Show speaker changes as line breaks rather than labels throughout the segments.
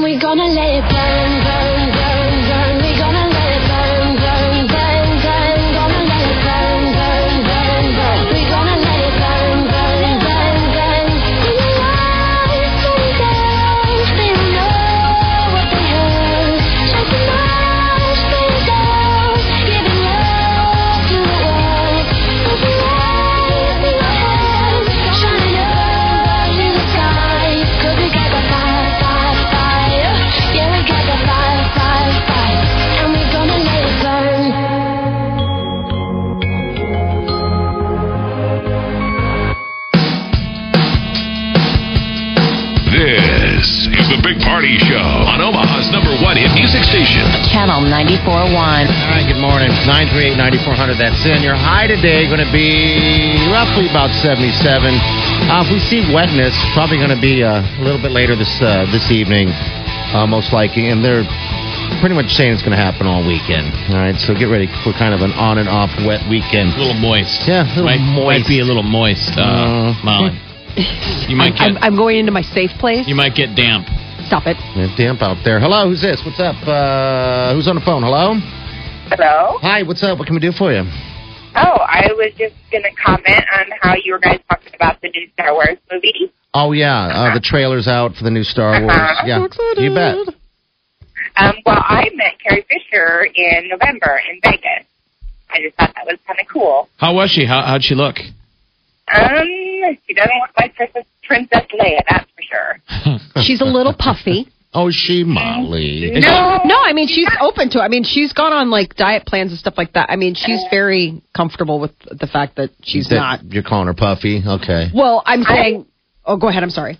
We're gonna let it burn, burn, burn, burn. We're gonna let it burn, burn, burn, burn. Gonna let it burn, burn, burn, burn. We're gonna let it burn, burn, burn, burn. When the lights come down, they will know what they heard. Shine some light, bring it down, giving love to the world. Put the lights in our hands, shining up in the sky. 'Cause we got the fire, fire, fire. Yeah, we got the fire, fire, fire. And we're gonna let it burn.
This is the Big Party Show on Omaha's number one hit music station.
Channel 94.1.
All right, good morning. 938-9400, that's in. Your high today going to be roughly about 77. Uh, if we see wetness, probably going to be uh, a little bit later this uh, this evening, uh, most likely. And they're pretty much saying it's going to happen all weekend. All right, so get ready for kind of an on and off wet weekend.
A little moist.
Yeah, a little
might,
moist.
Might be a little moist, uh,
Uh,
Molly. You might get
I'm, I'm going into my safe place.
you might get damp.
Stop it.
It's damp out there. Hello, who's this? What's up? Uh, who's on the phone? Hello?
Hello.
Hi, what's up? What can we do for you?
Oh, I was just going to comment on how you were guys talking about the new Star Wars movie.
Oh, yeah, uh, the trailer's out for the new Star Wars. Yeah, you bet.
Um, well, I met Carrie Fisher in November in Vegas. I just thought that was kind of cool.
How was she? How, how'd she look?
Um, she doesn't look like Princess, Princess Leia, that's for sure.
She's a little puffy.
Oh, she Molly.
No,
No, I mean she's open to. it. I mean she's gone on like diet plans and stuff like that. I mean she's very comfortable with the fact that she's
That-
not.
You're calling her puffy. Okay.
Well, I'm saying. Oh, go ahead. I'm sorry.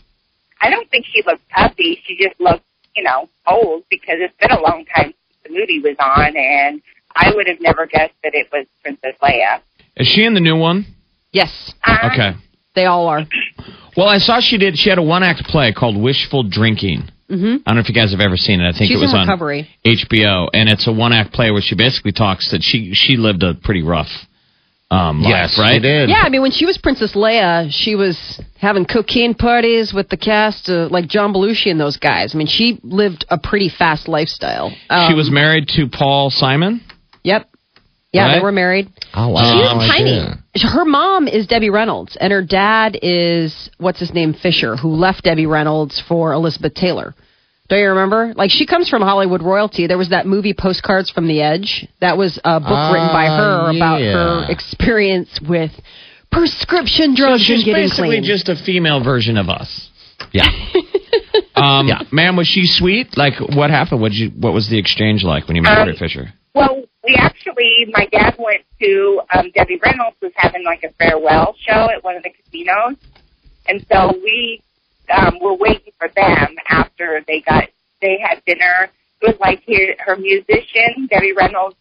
I don't think she looks puffy. She just looks, you know, old because it's been a long time since the movie was on, and I would have never guessed that it was Princess Leia.
Is she in the new one?
Yes,
Uh,
Okay.
they all are.
Well, I saw she did. She had a one act play called Wishful Drinking. Mm-hmm. I don't know if you guys have ever seen it. I think
She's
it was
in
on
recovery.
HBO, and it's a one act play where she basically talks that she she lived a pretty rough um, life,
I
right?
did.
Yeah, I mean when she was Princess Leia, she was having cocaine parties with the cast, uh, like John Belushi and those guys. I mean she lived a pretty fast lifestyle. Um,
She was married to Paul Simon.
Yep. Yeah, they
Right?
were married.
Oh, wow.
She was
I
tiny.
did.
Her mom is Debbie Reynolds, and her dad is what's his name Fisher, who left Debbie Reynolds for Elizabeth Taylor. Don't you remember? Like she comes from Hollywood royalty. There was that movie Postcards from the Edge. That was a book
Ah,
written by her about
yeah.
her experience with prescription drugs
She's
and getting
basically
clean.
just a female version of us.
Yeah.
Um, Ma'am, was she sweet? Like, what happened? What you? What was the exchange like when you met
Um,
Carrie Fisher?
Well, we actually, my dad went to um, Debbie Reynolds was having like a farewell show at one of the casinos, and so we um, were waiting for them after they got they had dinner. It was like her, her musician, Debbie Reynolds,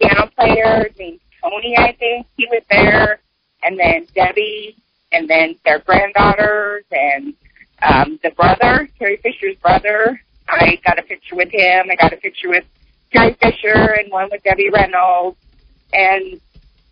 piano player named Tony, I think he was there, and then Debbie, and then their granddaughters, and um, the brother, Carrie Fisher's brother. I got a picture with him. I got a picture with Carrie Fisher and one with Debbie Reynolds. And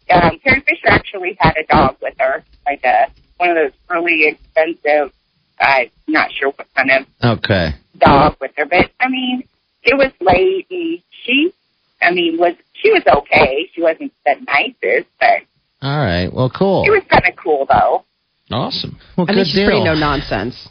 um, Carrie Fisher actually had a dog with her, like a one of those really expensive. I'm not sure what kind of
Okay.
dog with her, but I mean, it was late, and she, I mean, was she was okay. She wasn't the nicest, but
All right. Well, cool.
it was kind of cool though.
Awesome.
Well,
I
good
mean, she's
deal.
pretty no nonsense.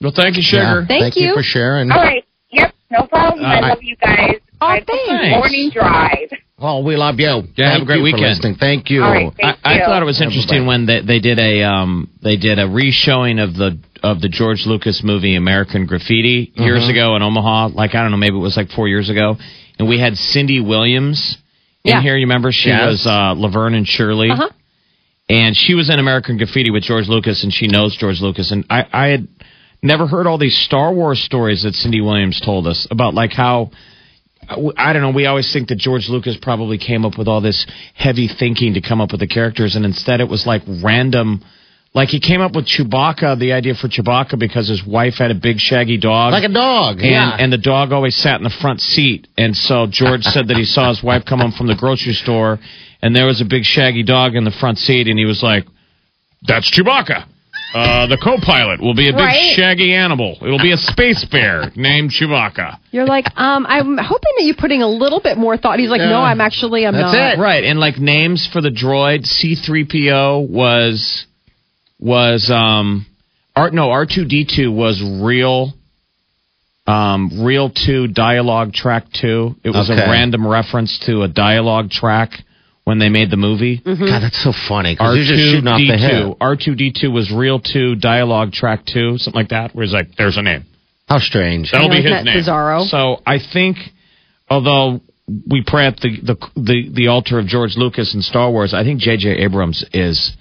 Well, thank you,
Yeah,
Sugar.
Thank
you.
you.
for sharing.
All right, yep, no problem.
Uh,
I love you guys.
Oh,
I
thanks.
Morning drive.
Oh, we love you.
Yeah,
Thank
have a great
you
weekend.
For listening. Thank you.
All right, thank
I,
you.
I thought it was interesting when they, they did a um, they did a reshowing of the of the George Lucas movie American Graffiti years ago in Omaha. Like I don't know, maybe it was like four years ago, and we had Cindy Williams in
Yeah.
here. You remember she
Yes.
was uh, Laverne and Shirley,
Uh-huh.
and she was in American Graffiti with George Lucas, and she knows George Lucas. And I, I had never heard all these Star Wars stories that Cindy Williams told us about, like how. I don't know. We always think that George Lucas probably came up with all this heavy thinking to come up with the characters, and instead it was like random. Like he came up with Chewbacca, the idea for Chewbacca, because his wife had a big shaggy dog.
Like a dog.
And,
yeah.
and the dog always sat in the front seat. And so George said that he saw his wife come home from the grocery store, and there was a big shaggy dog in the front seat, and he was like, "That's Chewbacca." Uh, the co-pilot will be a big
Right.
shaggy animal. It'll be a space bear named Chewbacca.
You're like, um, I'm hoping that you're putting a little bit more thought. He's like,
Yeah.
no, I'm actually, I'm
That's
not.
it.
Right, and like names for the droid, C three PO was was um art no R two D two was real um real two dialogue track two. It was
Okay.
a random reference to a dialogue track when they made the movie.
Mm-hmm. God, that's so funny. Because
R
you're just
two
shooting off the
D
hip.
two. R two D two was real two dialogue track two, something like that. Where it's like, there's a name.
How strange.
That'll be
Isn't
his
that
name.
bizarro?
So I think, although we pray at the the the, the altar of George Lucas and Star Wars, I think J.J. Abrams is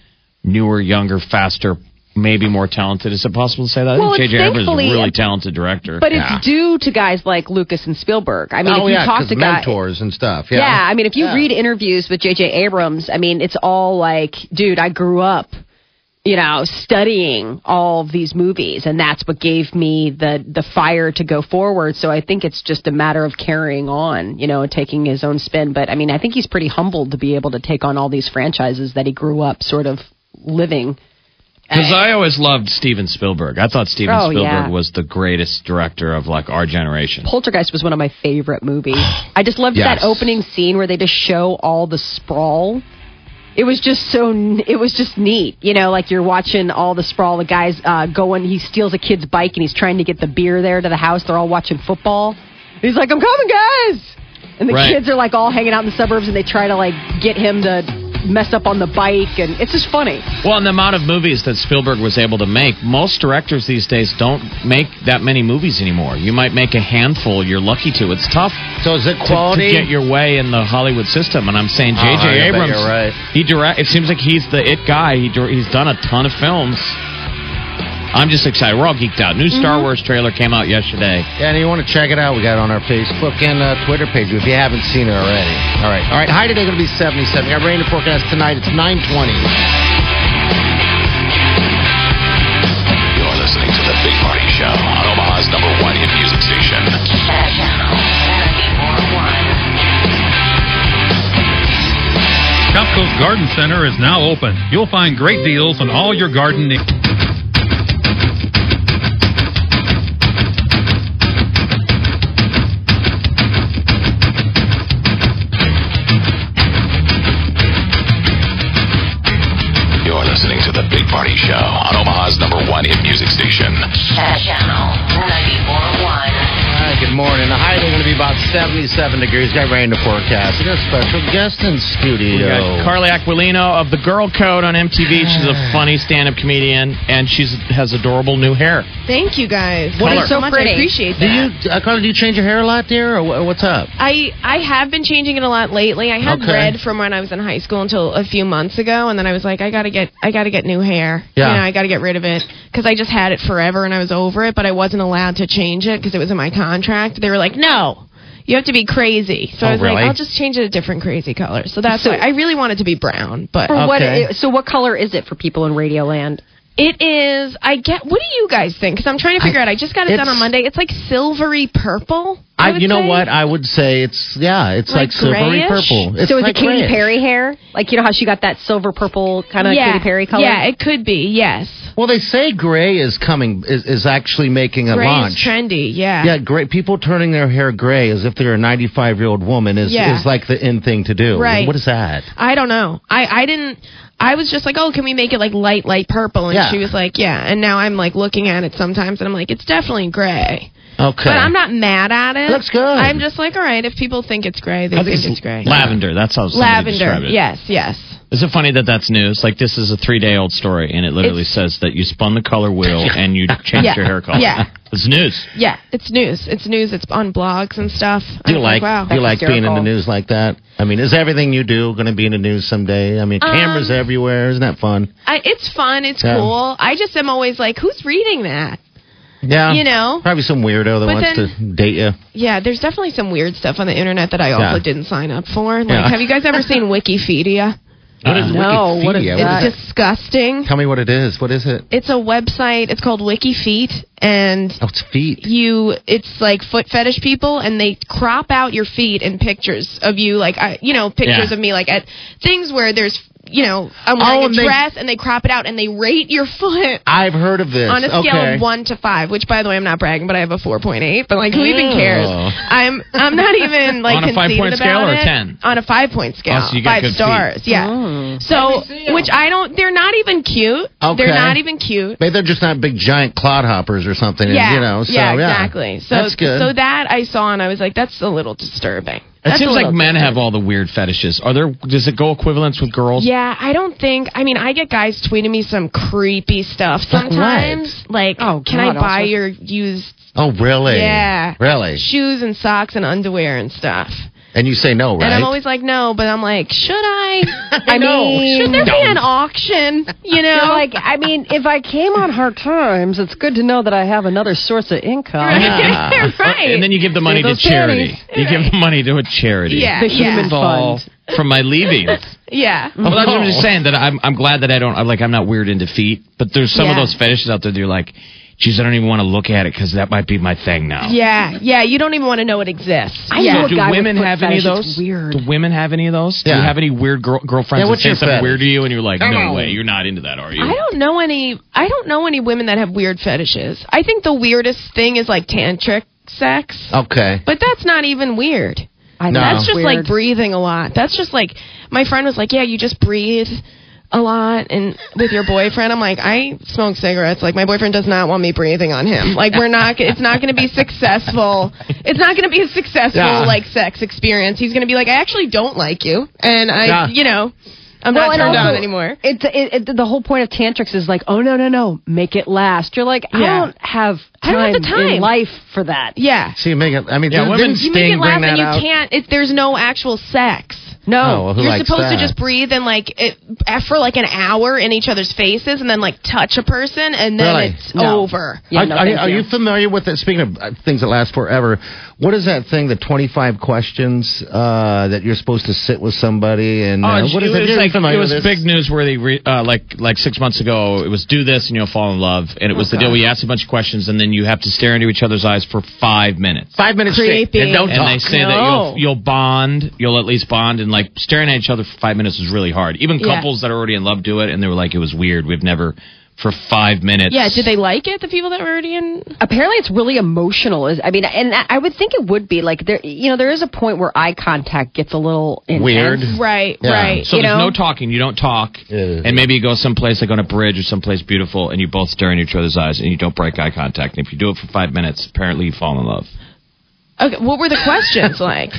newer, younger, faster, maybe more talented. Is it possible to say that?
Well,
I think
it's
J.J. Abrams is a
thankfully-
really talented director.
But
Yeah.
it's due to guys like Lucas and Spielberg. I mean,
oh,
if you
yeah,
talk
'cause
to guys,
mentors and stuff. Yeah.
yeah. I mean, if you
Yeah.
read interviews with J.J. Abrams, I mean, it's all like, dude, I grew up, you know, studying all of these movies, and that's what gave me the the fire to go forward. So I think it's just a matter of carrying on, you know, taking his own spin. But I mean, I think he's pretty humbled to be able to take on all these franchises that he grew up sort of living.
Because I always loved Steven Spielberg. I thought Steven
Oh,
Spielberg
yeah.
was the greatest director of like our generation.
Poltergeist was one of my favorite movies. I just loved
Yes.
that opening scene where they just show all the sprawl. It was just so. It was just neat, you know. Like you're watching all the sprawl. The guys uh, going. He steals a kid's bike and he's trying to get the beer there to the house. They're all watching football. He's like, "I'm coming, guys!" And the
Right.
kids are like all hanging out in the suburbs and they try to like get him to mess up on the bike and it's just funny.
Well, and the amount of movies that Spielberg was able to make, most directors these days don't make that many movies anymore. You might make a handful. You're lucky to. It's tough
So is it
to,
quality?
to get your way in the Hollywood system. And I'm saying
Oh,
J.J.
I bet
Abrams.
you're right.
He direct. It seems like he's the it guy. He dir- he's done a ton of films. I'm just excited. We're all geeked out. New Star
Mm-hmm.
Wars trailer came out yesterday.
Yeah, and you want to check it out, we got it on our Facebook and uh, Twitter page if you haven't seen it already. All right. All right. High today going to be 77. We got rain to forecast tonight. It's 920.
You're listening to the Big Party Show on Omaha's number one hit music station.
Copco's Garden Center is now open. You'll find great deals on all your garden needs.
You're listening to the Big Party Show on Omaha's number one hit music station.
All right, good morning. The high today going to be about 77 degrees. Got rain to forecast. We got a special guest in
We
studio.
got Carly Aquilino of the Girl Code on MTV. She's a funny stand-up comedian, and she has adorable new hair.
Thank you guys.
What is
Thanks so
so
much. I
pretty?
appreciate
do
that.
you, uh, Carly, do you change your hair a lot, dear, or wha- what's up?
I I have been changing it a lot lately. I had
Okay.
red from when I was in high school until a few months ago, and then I was like, I gotta get I gotta get new hair.
Yeah.
You know, I gotta get rid of it because I just had it forever and I was over it, but I wasn't allowed to change it because it was in my contract. They were like, no. You have to be crazy. So
Oh,
I was
really?
like, I'll just change it a different crazy color. So that's why I really wanted to be brown, but
For what-
Okay.
so what color is it for people in Radio Land?
it is. I get. What do you guys think? Because I'm trying to figure out. I just got it
it's-
done on Monday. It's like silvery purple. I,
I,
would
you know
say.
what? I would say it's, yeah, it's like,
Like
silvery
grayish?
purple. It's
so is
like
it Katy
grayish.
Perry hair? Like you know how she got that silver purple kind of Katy Perry color?
Yeah, it could be. Yes.
Well, they say gray is coming, is, is actually making a
Gray
launch.
is trendy. Yeah.
Yeah, gray. People turning their hair gray as if they're a 95 year old woman is,
Yeah.
is like the in thing to do.
Right.
What is that?
I don't know. I I didn't. I was just like, oh, can we make it like light, light purple? And
Yeah.
she was like, yeah. And now I'm like looking at it sometimes, and I'm like, it's definitely gray.
Okay.
But I'm not mad at it.
It looks good.
I'm just like, all right, if people think it's gray, they think it's, gray.
Lavender. That's how somebody
Lavender.
described it.
Yes. Yes.
Is it funny that that's news? Like this is a three day old story, and it literally says that you spun the color wheel and you changed
Yeah.
your hair color.
Yeah.
it's news.
Yeah, it's news. It's news. It's on blogs and stuff.
Do you
I'm
like,
wow,
do you like
that's
being in the
hysterical.
news like that? I mean, is everything you do going to be in the news someday? I mean, cameras
Um,
everywhere. Isn't that fun?
I, it's fun. It's
Yeah.
cool. I just am always like, who's reading that?
Yeah.
you know.
Probably some weirdo that
But
wants to date you.
Yeah, there's definitely some weird stuff on the internet that I also
Yeah.
didn't sign up for. Like,
Yeah.
have you guys ever seen Wikipedia?
What is
No, what is
Wikipedia?
that?
What is
It's disgusting.
it? Tell me what it is. What is it?
It's a website. It's called WikiFeet, and
Oh, it's feet.
you it's like foot fetish people and they crop out your feet in pictures of you like I, you know pictures
Yeah.
of me like at things where there's you know I'm wearing
Oh,
a
and they-
dress and they crop it out and they rate your foot
I've heard of this.
on a scale
okay.
of one to five which by the way I'm not bragging but I have a 4.8 but like who even cares
Oh.
I'm I'm not even like
On a
conceited
five-point
about
scale or
it.
a 10?
on a five point scale
Oh, so you get
five
good feet.
stars yeah
Oh.
so which I don't they're not even cute
Okay.
they're not even cute
Maybe they're just not big giant clodhoppers or something. and,
yeah,
you know. So,
yeah, exactly. So,
That's good.
so that I saw and I was like, that's a little disturbing.
It
That's a
seems
little
like men
disturbing.
have all the weird fetishes. Are there? Does it go equivalence with girls?
Yeah, I don't think. I mean, I get guys tweeting me some creepy stuff
Like what?
sometimes. Like,
Oh,
can
God,
I buy
also-
your used
oh, really?
Yeah.
Really?
shoes and socks and underwear and stuff?
And you say no, right?
And I'm always like, no, but I'm like, should I? I
No,
mean, should there be an auction? You know,
You're like, I mean, if I came on hard times, it's good to know that I have another source of income.
Ah,
right?
Uh,
And then you give the money to
those
charity. You give the money to a charity.
yeah,
The
yeah,
human
Fall
fund.
from my leavings.
yeah.
Well, that's what I'm just saying that I'm I'm glad that I don't I'm like I'm not weird into feet, but there's some of
Yeah.
those fetishes out there that you're like, geez, I don't even want to look at it because that might be my thing now.
Yeah, yeah, you don't even want to know it exists.
I
yeah.
know a
Do
guy with
women
foot
have any of
fetish, it's
those?
Weird.
Do women have any of those? Do
Yeah.
you have any weird girl, girlfriends
Yeah, what's
that say
your
something
fetish?
weird to you and you're like,
Come
no
on."
way, you're not into that, are you?
I don't know any. I don't know any women that have weird fetishes. I think the weirdest thing is like tantric sex,
okay.
but that's not even weird.
I
No.
That's just
weird.
like breathing a lot. That's just like my friend was like, "Yeah, you just breathe a lot and with your boyfriend." I'm like, "I smoke cigarettes. Like my boyfriend does not want me breathing on him. Like we're not it's not going to be successful. It's not going to be a successful
Yeah.
like sex experience. He's going to be like, "I actually don't like you." And I,
Yeah.
you know, I'm
Well,
not
and
turned
also,
on anymore.
It, it, it, the whole point of tantrics is like, oh no, no, no, make it last. You're like,
Yeah.
I don't have time,
I don't have the time.
in life for that.
Yeah.
So you make it. I mean,
Yeah,
didn't
women-
You make
Sting
it laugh
bring that
and you
out?
can't. It, there's no actual sex.
Oh,
No,
well, who
You're
likes
supposed
that?
to just breathe in like it, uh, for like an hour in each other's faces and then like touch a person and then
Really?
it's
No.
over.
Yeah,
are,
no,
are,
thank
are
you.
you familiar with it? Speaking of uh, things that last forever, what is that thing? The twenty-five questions uh, that you're supposed to sit with somebody and
Oh,
uh,
it's-
what
it
is
was,
You're
like,
familiar
it was
with this?
big newsworthy. Re- uh, like like six months ago, it was do this and you'll fall in love, and it was the deal. We asked a bunch of questions, and then you have to stare into each other's eyes for five minutes.
Five minutes straight,
Creepy.
and don't
and
talk.
they say that
No.
you'll you'll bond, you'll at least bond, and like staring at each other for five minutes is really hard. Even
Yeah.
couples that are already in love do it, and they were like, it was weird. We've never for five minutes.
Yeah. Did they like it? The people that were already in.
apparently it's really emotional. Is I mean, and I I would think it would be like there. You know, there is a point where eye contact gets a little intense.
Weird.
Right.
Yeah.
Right.
So
you
there's
know.
no talking. You don't talk,
Yeah.
and maybe you go someplace like on a bridge or someplace beautiful, and you both stare into each other's eyes, and you don't break eye contact. And if you do it for five minutes, apparently you fall in love.
okay. What were the questions like?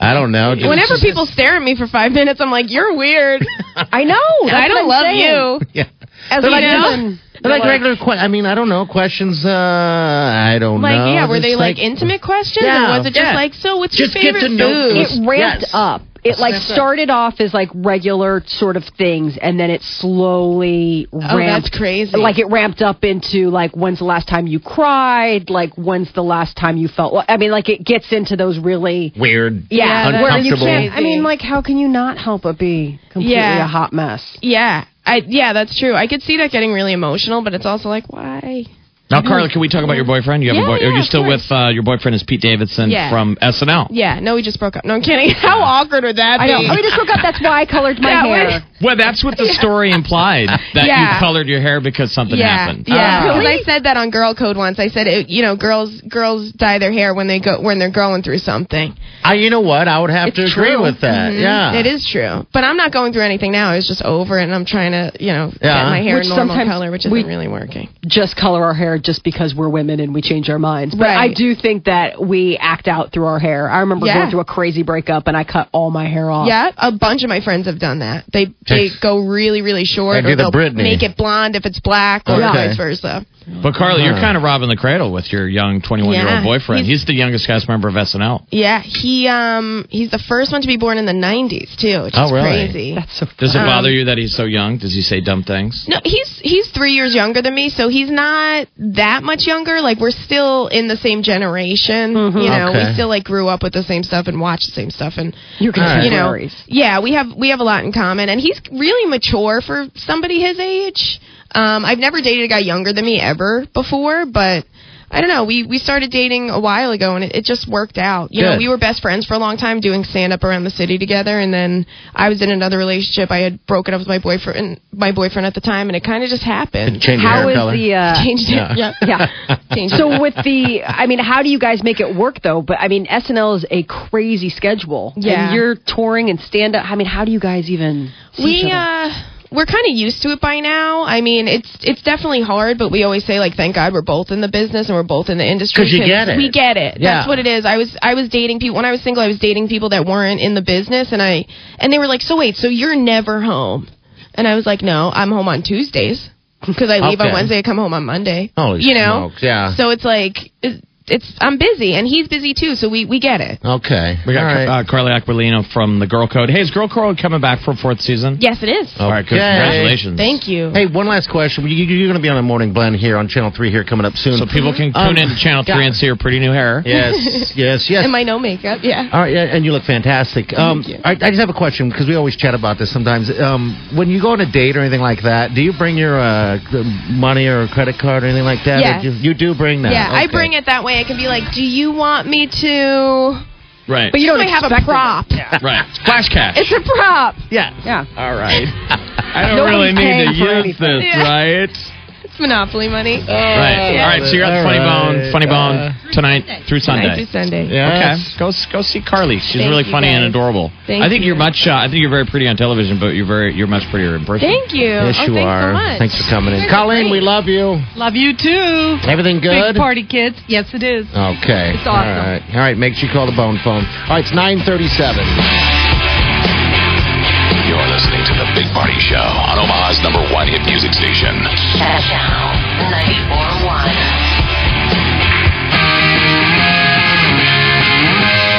I don't know. Just-
Whenever people stare at me for five minutes, I'm like, you're weird.
I know. That's
I
what
don't
I'm
love
saying.
you.
yeah.
As
They're
you
like,
know.
They're like regular que- I mean, I don't know questions. Uh, I don't
Like
know.
yeah, were
It's
they like, intimate questions?
Yeah,
or was it just
yeah.
like so? What's
Just
your
get
favorite
to know
food?
people.
It ramped
Yes.
up. It like
Ramped up.
started off as like regular sort of things, and then it slowly
Oh, that's
ramped.
crazy.
Like it ramped up into like when's the last time you cried? Like when's the last time you felt? I mean, like it gets into those really
weird.
yeah,
that's
where you
uncomfortable.
can't. I
crazy.
mean, like how can you not help but be completely
Yeah.
a hot mess?
Yeah. I yeah, that's true. I could see that getting really emotional, but it's also like why?
Now, Carla, can we talk about your boyfriend? You have
Yeah,
a boy-
yeah,
are you
of
still
course.
with uh, your boyfriend? Is Pete Davidson
Yeah.
from SNL?
Yeah, no, we just broke up. No, I'm kidding. How awkward would that
I
be?
know. Oh, we just look up. That's why I colored my
That
hair.
was-
Well, that's what the story implied that
Yeah.
you colored your hair because something
yeah,
happened.
yeah.
Ah.
Because I said that on Girl Code once. I said, it, you know, girls girls dye their hair when they go when they're going through something.
I, you know what? I would have to agree with that.
Mm-hmm.
Yeah.
It is true, but I'm not going through anything now. I was just over it, and I'm trying to, you know,
Yeah.
get my hair
Which
a normal
sometimes
color, which isn't
we-
really working.
just color our hair hair just because we're women and we change our minds. But
Right.
I do think that we act out through our hair. I remember
Yeah.
going through a crazy breakup and I cut all my hair off.
Yeah, a bunch of my friends have done that. They they go really really short,
They do
or
the
they'll
Britney.
make it blonde if it's black, or
Okay.
vice versa.
But Carly, you're
Huh.
kind of robbing the cradle with your young 21 year
Yeah.
old boyfriend. He's, the youngest cast member of SNL.
Yeah, he um he's the first one to be born in the '90s too, which
Oh,
is
really?
crazy.
That's so
Does it
Um,
bother you that he's so young? Does he say dumb things?
No, he's he's three years younger than me, so he's not that much younger. Like we're still in the same generation. You know,
Okay.
we still like grew up with the same stuff and watched the same stuff, and
You're
you know,
contemporaries.
yeah, we have we have a lot in common, and he's really mature for somebody his age. Um, I've never dated a guy younger than me ever before, but I don't know. We we started dating a while ago, and it, it just worked out. You know,
Good.
we were best friends for a long time, doing stand up around the city together, and then I was in another relationship. I had broken up with my boyfriend, my boyfriend at the time, and it kind of just happened.
Change your
How
hair
is
color.
the uh,
Changed it. Yeah.
yeah.
Changed it.
so with the I mean, how do you guys make it work though? But I mean, SNL is a crazy schedule.
Yeah.
And you're touring and stand up. I mean, how do you guys even see each
we
other?
uh we're kind of used to it by now. I mean, it's it's definitely hard, but we always say like, thank God we're both in the business and we're both in the industry
'Cause you get it.
We get it.
Yeah.
That's what it is. I was I was dating people when I was single. I was dating people that weren't in the business, and I and they were like, so wait, so you're never home? And I was like, no, I'm home on Tuesdays because I leave
Okay.
on Wednesday. I come home on Monday.
Holy
you know,
smokes, yeah.
So it's like it's, it's I'm busy and he's busy too, so we we get it.
Okay.
We got
All right.
uh, Carly Aquilino from the Girl Code. Hey, is Girl Code coming back for a fourth season?
Yes, it is.
All right, good.
Okay.
Congratulations.
Thank you.
Hey, one last question. You, you- you're going to be on the morning blend here on Channel 3 here coming up soon.
So people can
Um,
tune in to Channel 3
yeah.
and see your pretty new hair.
Yes, yes, yes.
And my no makeup, yeah.
All right, yeah, and you look fantastic. Um,
Thank you.
I, I just have a question because we always chat about this sometimes. Um, when you go on a date or anything like that, do you bring your uh, the money or credit card or anything like that?
Yes.
You, you do bring that.
Yeah, I
Okay.
bring it that way. I can be like, "Do you want me to?"
Right.
But you don't
I have a
expect it.
prop.
right. Flash cash.
It's a prop.
Yeah.
Yeah.
All right. I don't
Nobody's
really need to
paying for
use
anything.
this,
Yeah.
right?
It's Monopoly money.
Right.
Yeah.
All right. So you're at the
All
Funny
right.
Bone, Funny Bone tonight through
Tonight through
Sunday.
Sunday.
Yes.
Okay. Go go see Carly. She's
Thank
really
you,
funny and
guys.
adorable.
Thank
I think
you.
are much. Uh, I think you're very pretty on television, but you're very you're much prettier in person.
Thank you.
Yes,
oh,
you
thanks
are.
So much.
Thanks for coming in,
You're
Colleen. We
great.
love you.
Love you too.
Everything good?
Big party kids. Yes, it is.
Okay.
It's awesome.
All right. All right. Make sure you call the bone phone. All right. It's nine thirty-seven.
You're listening to The Big Party Show on Omaha's number one hit music station.
Channel 941.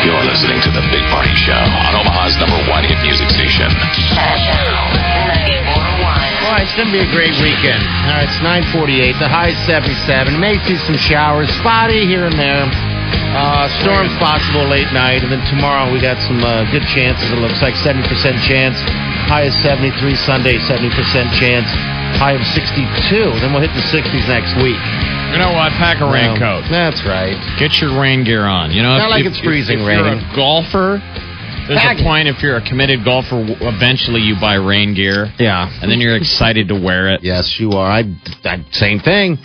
You're listening to The Big Party Show on Omaha's number one hit music station.
Channel 941.
All right. It's gonna be a great weekend. All right. It's nine forty-eight. The high is seventy-seven. May see some showers, spotty here and there. Uh, storms possible late night, and then tomorrow we got some uh, good chances. It looks like seventy percent chance. High is seventy-three. Sunday seventy percent chance. High of sixty-two. Then we'll hit the sixties next week.
You know what? Pack a raincoat.
Um, That's right.
Get your rain gear on. You know,
Not like it's freezing
if you're
rain.
a golfer, there's
Pack
a
it.
point. If you're a committed golfer, w- eventually you buy rain gear,
Yeah.
and then you're excited to wear it.
Yes, you are. I, I same thing.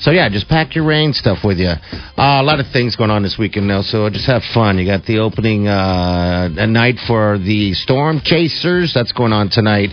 So yeah, just pack your rain stuff with you. Uh, a lot of things going on this weekend now, so just have fun. You got the opening uh, a night for the Storm Chasers. That's going on tonight.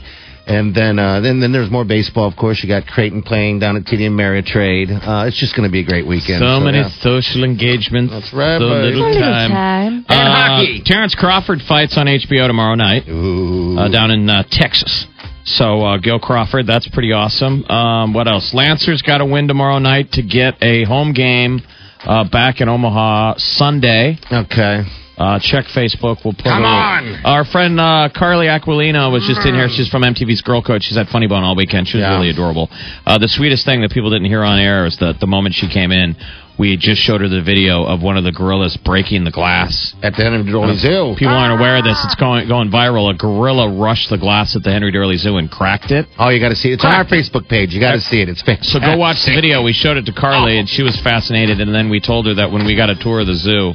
And then, uh, then, then there's more baseball. Of course, you got Creighton playing down at TD Ameritrade. Uh, it's just going to be a great weekend.
So many
yeah.
social engagements.
That's right,
So
buddy.
little
Little
time.
And
Uh,
hockey.
Terrence Crawford fights on HBO tomorrow night
Ooh.
uh, down in uh, Texas. So uh, Gil Crawford, that's pretty awesome. Um, what else? Lancers got to win tomorrow night to get a home game uh, back in Omaha Sunday.
okay.
Uh, check Facebook. We'll put
Come
it-
on! Mm.
Our friend uh, Carly Aquilino was just in here. She's from MTV's Girl Code. She's at Funny Bone all weekend. She was
Yeah.
really adorable. Uh, the sweetest thing that people didn't hear on air is that the moment she came in, we just showed her the video of one of the gorillas breaking the glass.
At the end of the Zoo.
Uh, People aren't aware of this. It's going going viral. A gorilla rushed the glass at the Henry Durley Zoo and cracked it.
Oh, you got to see it. It's on our Facebook page. You got to see it. It's fantastic.
So go watch the video. We showed it to Carly, and she was fascinated. And then we told her that when we got a tour of the zoo,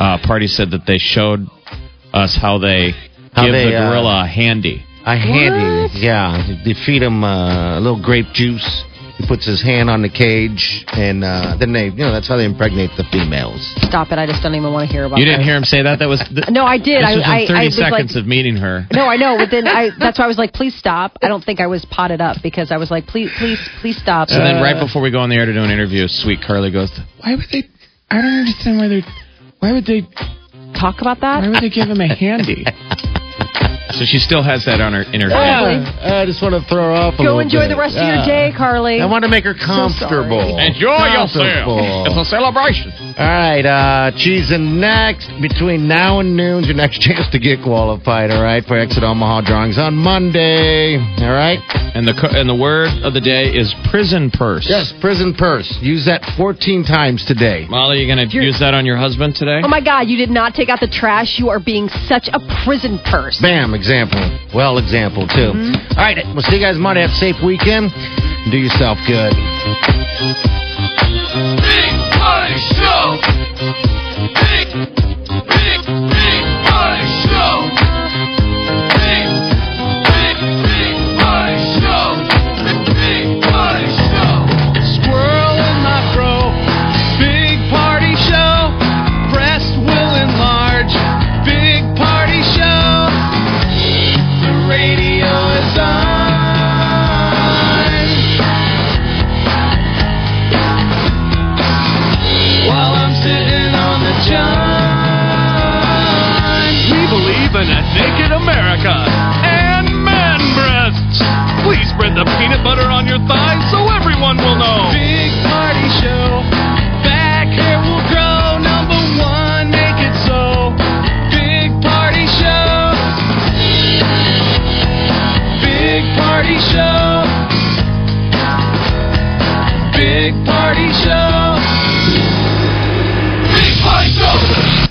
uh, Party said that they showed us how they
How
give
they,
the
uh,
gorilla a handy.
I handy, yeah. They feed him uh, a little grape juice. He puts his hand on the cage, and uh, then they, you know, that's how they impregnate the females.
Stop it. I just don't even want to hear about
You didn't
this.
hear him say that. That was th-
No, I did.
This
I-
was in
I- I
thirty
was like-
seconds of meeting her.
No, I know, but then I that's why I was like, please stop. I don't think I was potted up because I was like, please, please, please stop.
So then,
uh,
right before we go on the air to do an interview, Sweet Curly goes, Why would they? I don't understand why they. Why would they
talk about that?
Why would they give him a handy? So she still has that on her in her
Oh,
head.
Yeah, I just want to throw her off. A
Go
little
enjoy the
bit.
rest
Yeah.
of your day, Carly.
I want to make her comfortable. Comfortable.
celebration.
All right, uh, cheese and next. Between now and noon's your next chance to get qualified, all right, for Exit Omaha drawings on Monday. All right?
And the co- and the word of the day is prison purse.
Yes, prison purse. Use that 14 times today.
Molly, you gonna use that on your husband today?
Oh my God! You did not take out the trash. You are being such a prison purse.
Bam, example. Well, example, too. All right, we'll see you guys Monday. Have a safe weekend. Do yourself good.
Big Party Show. Big, big, big Party Show. Big, big, big Party Show. Big Party Show. Squirrel in my fro. Big Party Show. Breast will enlarge. Big Party Show. The radio is on. while I'm sitting on the john. We believe in a naked America and man breasts. Please spread the peanut butter on your thighs so everyone will know. Big party show. Back hair will grow. Number one, make it so. Big party show. Big party show. Big party show. Big party show.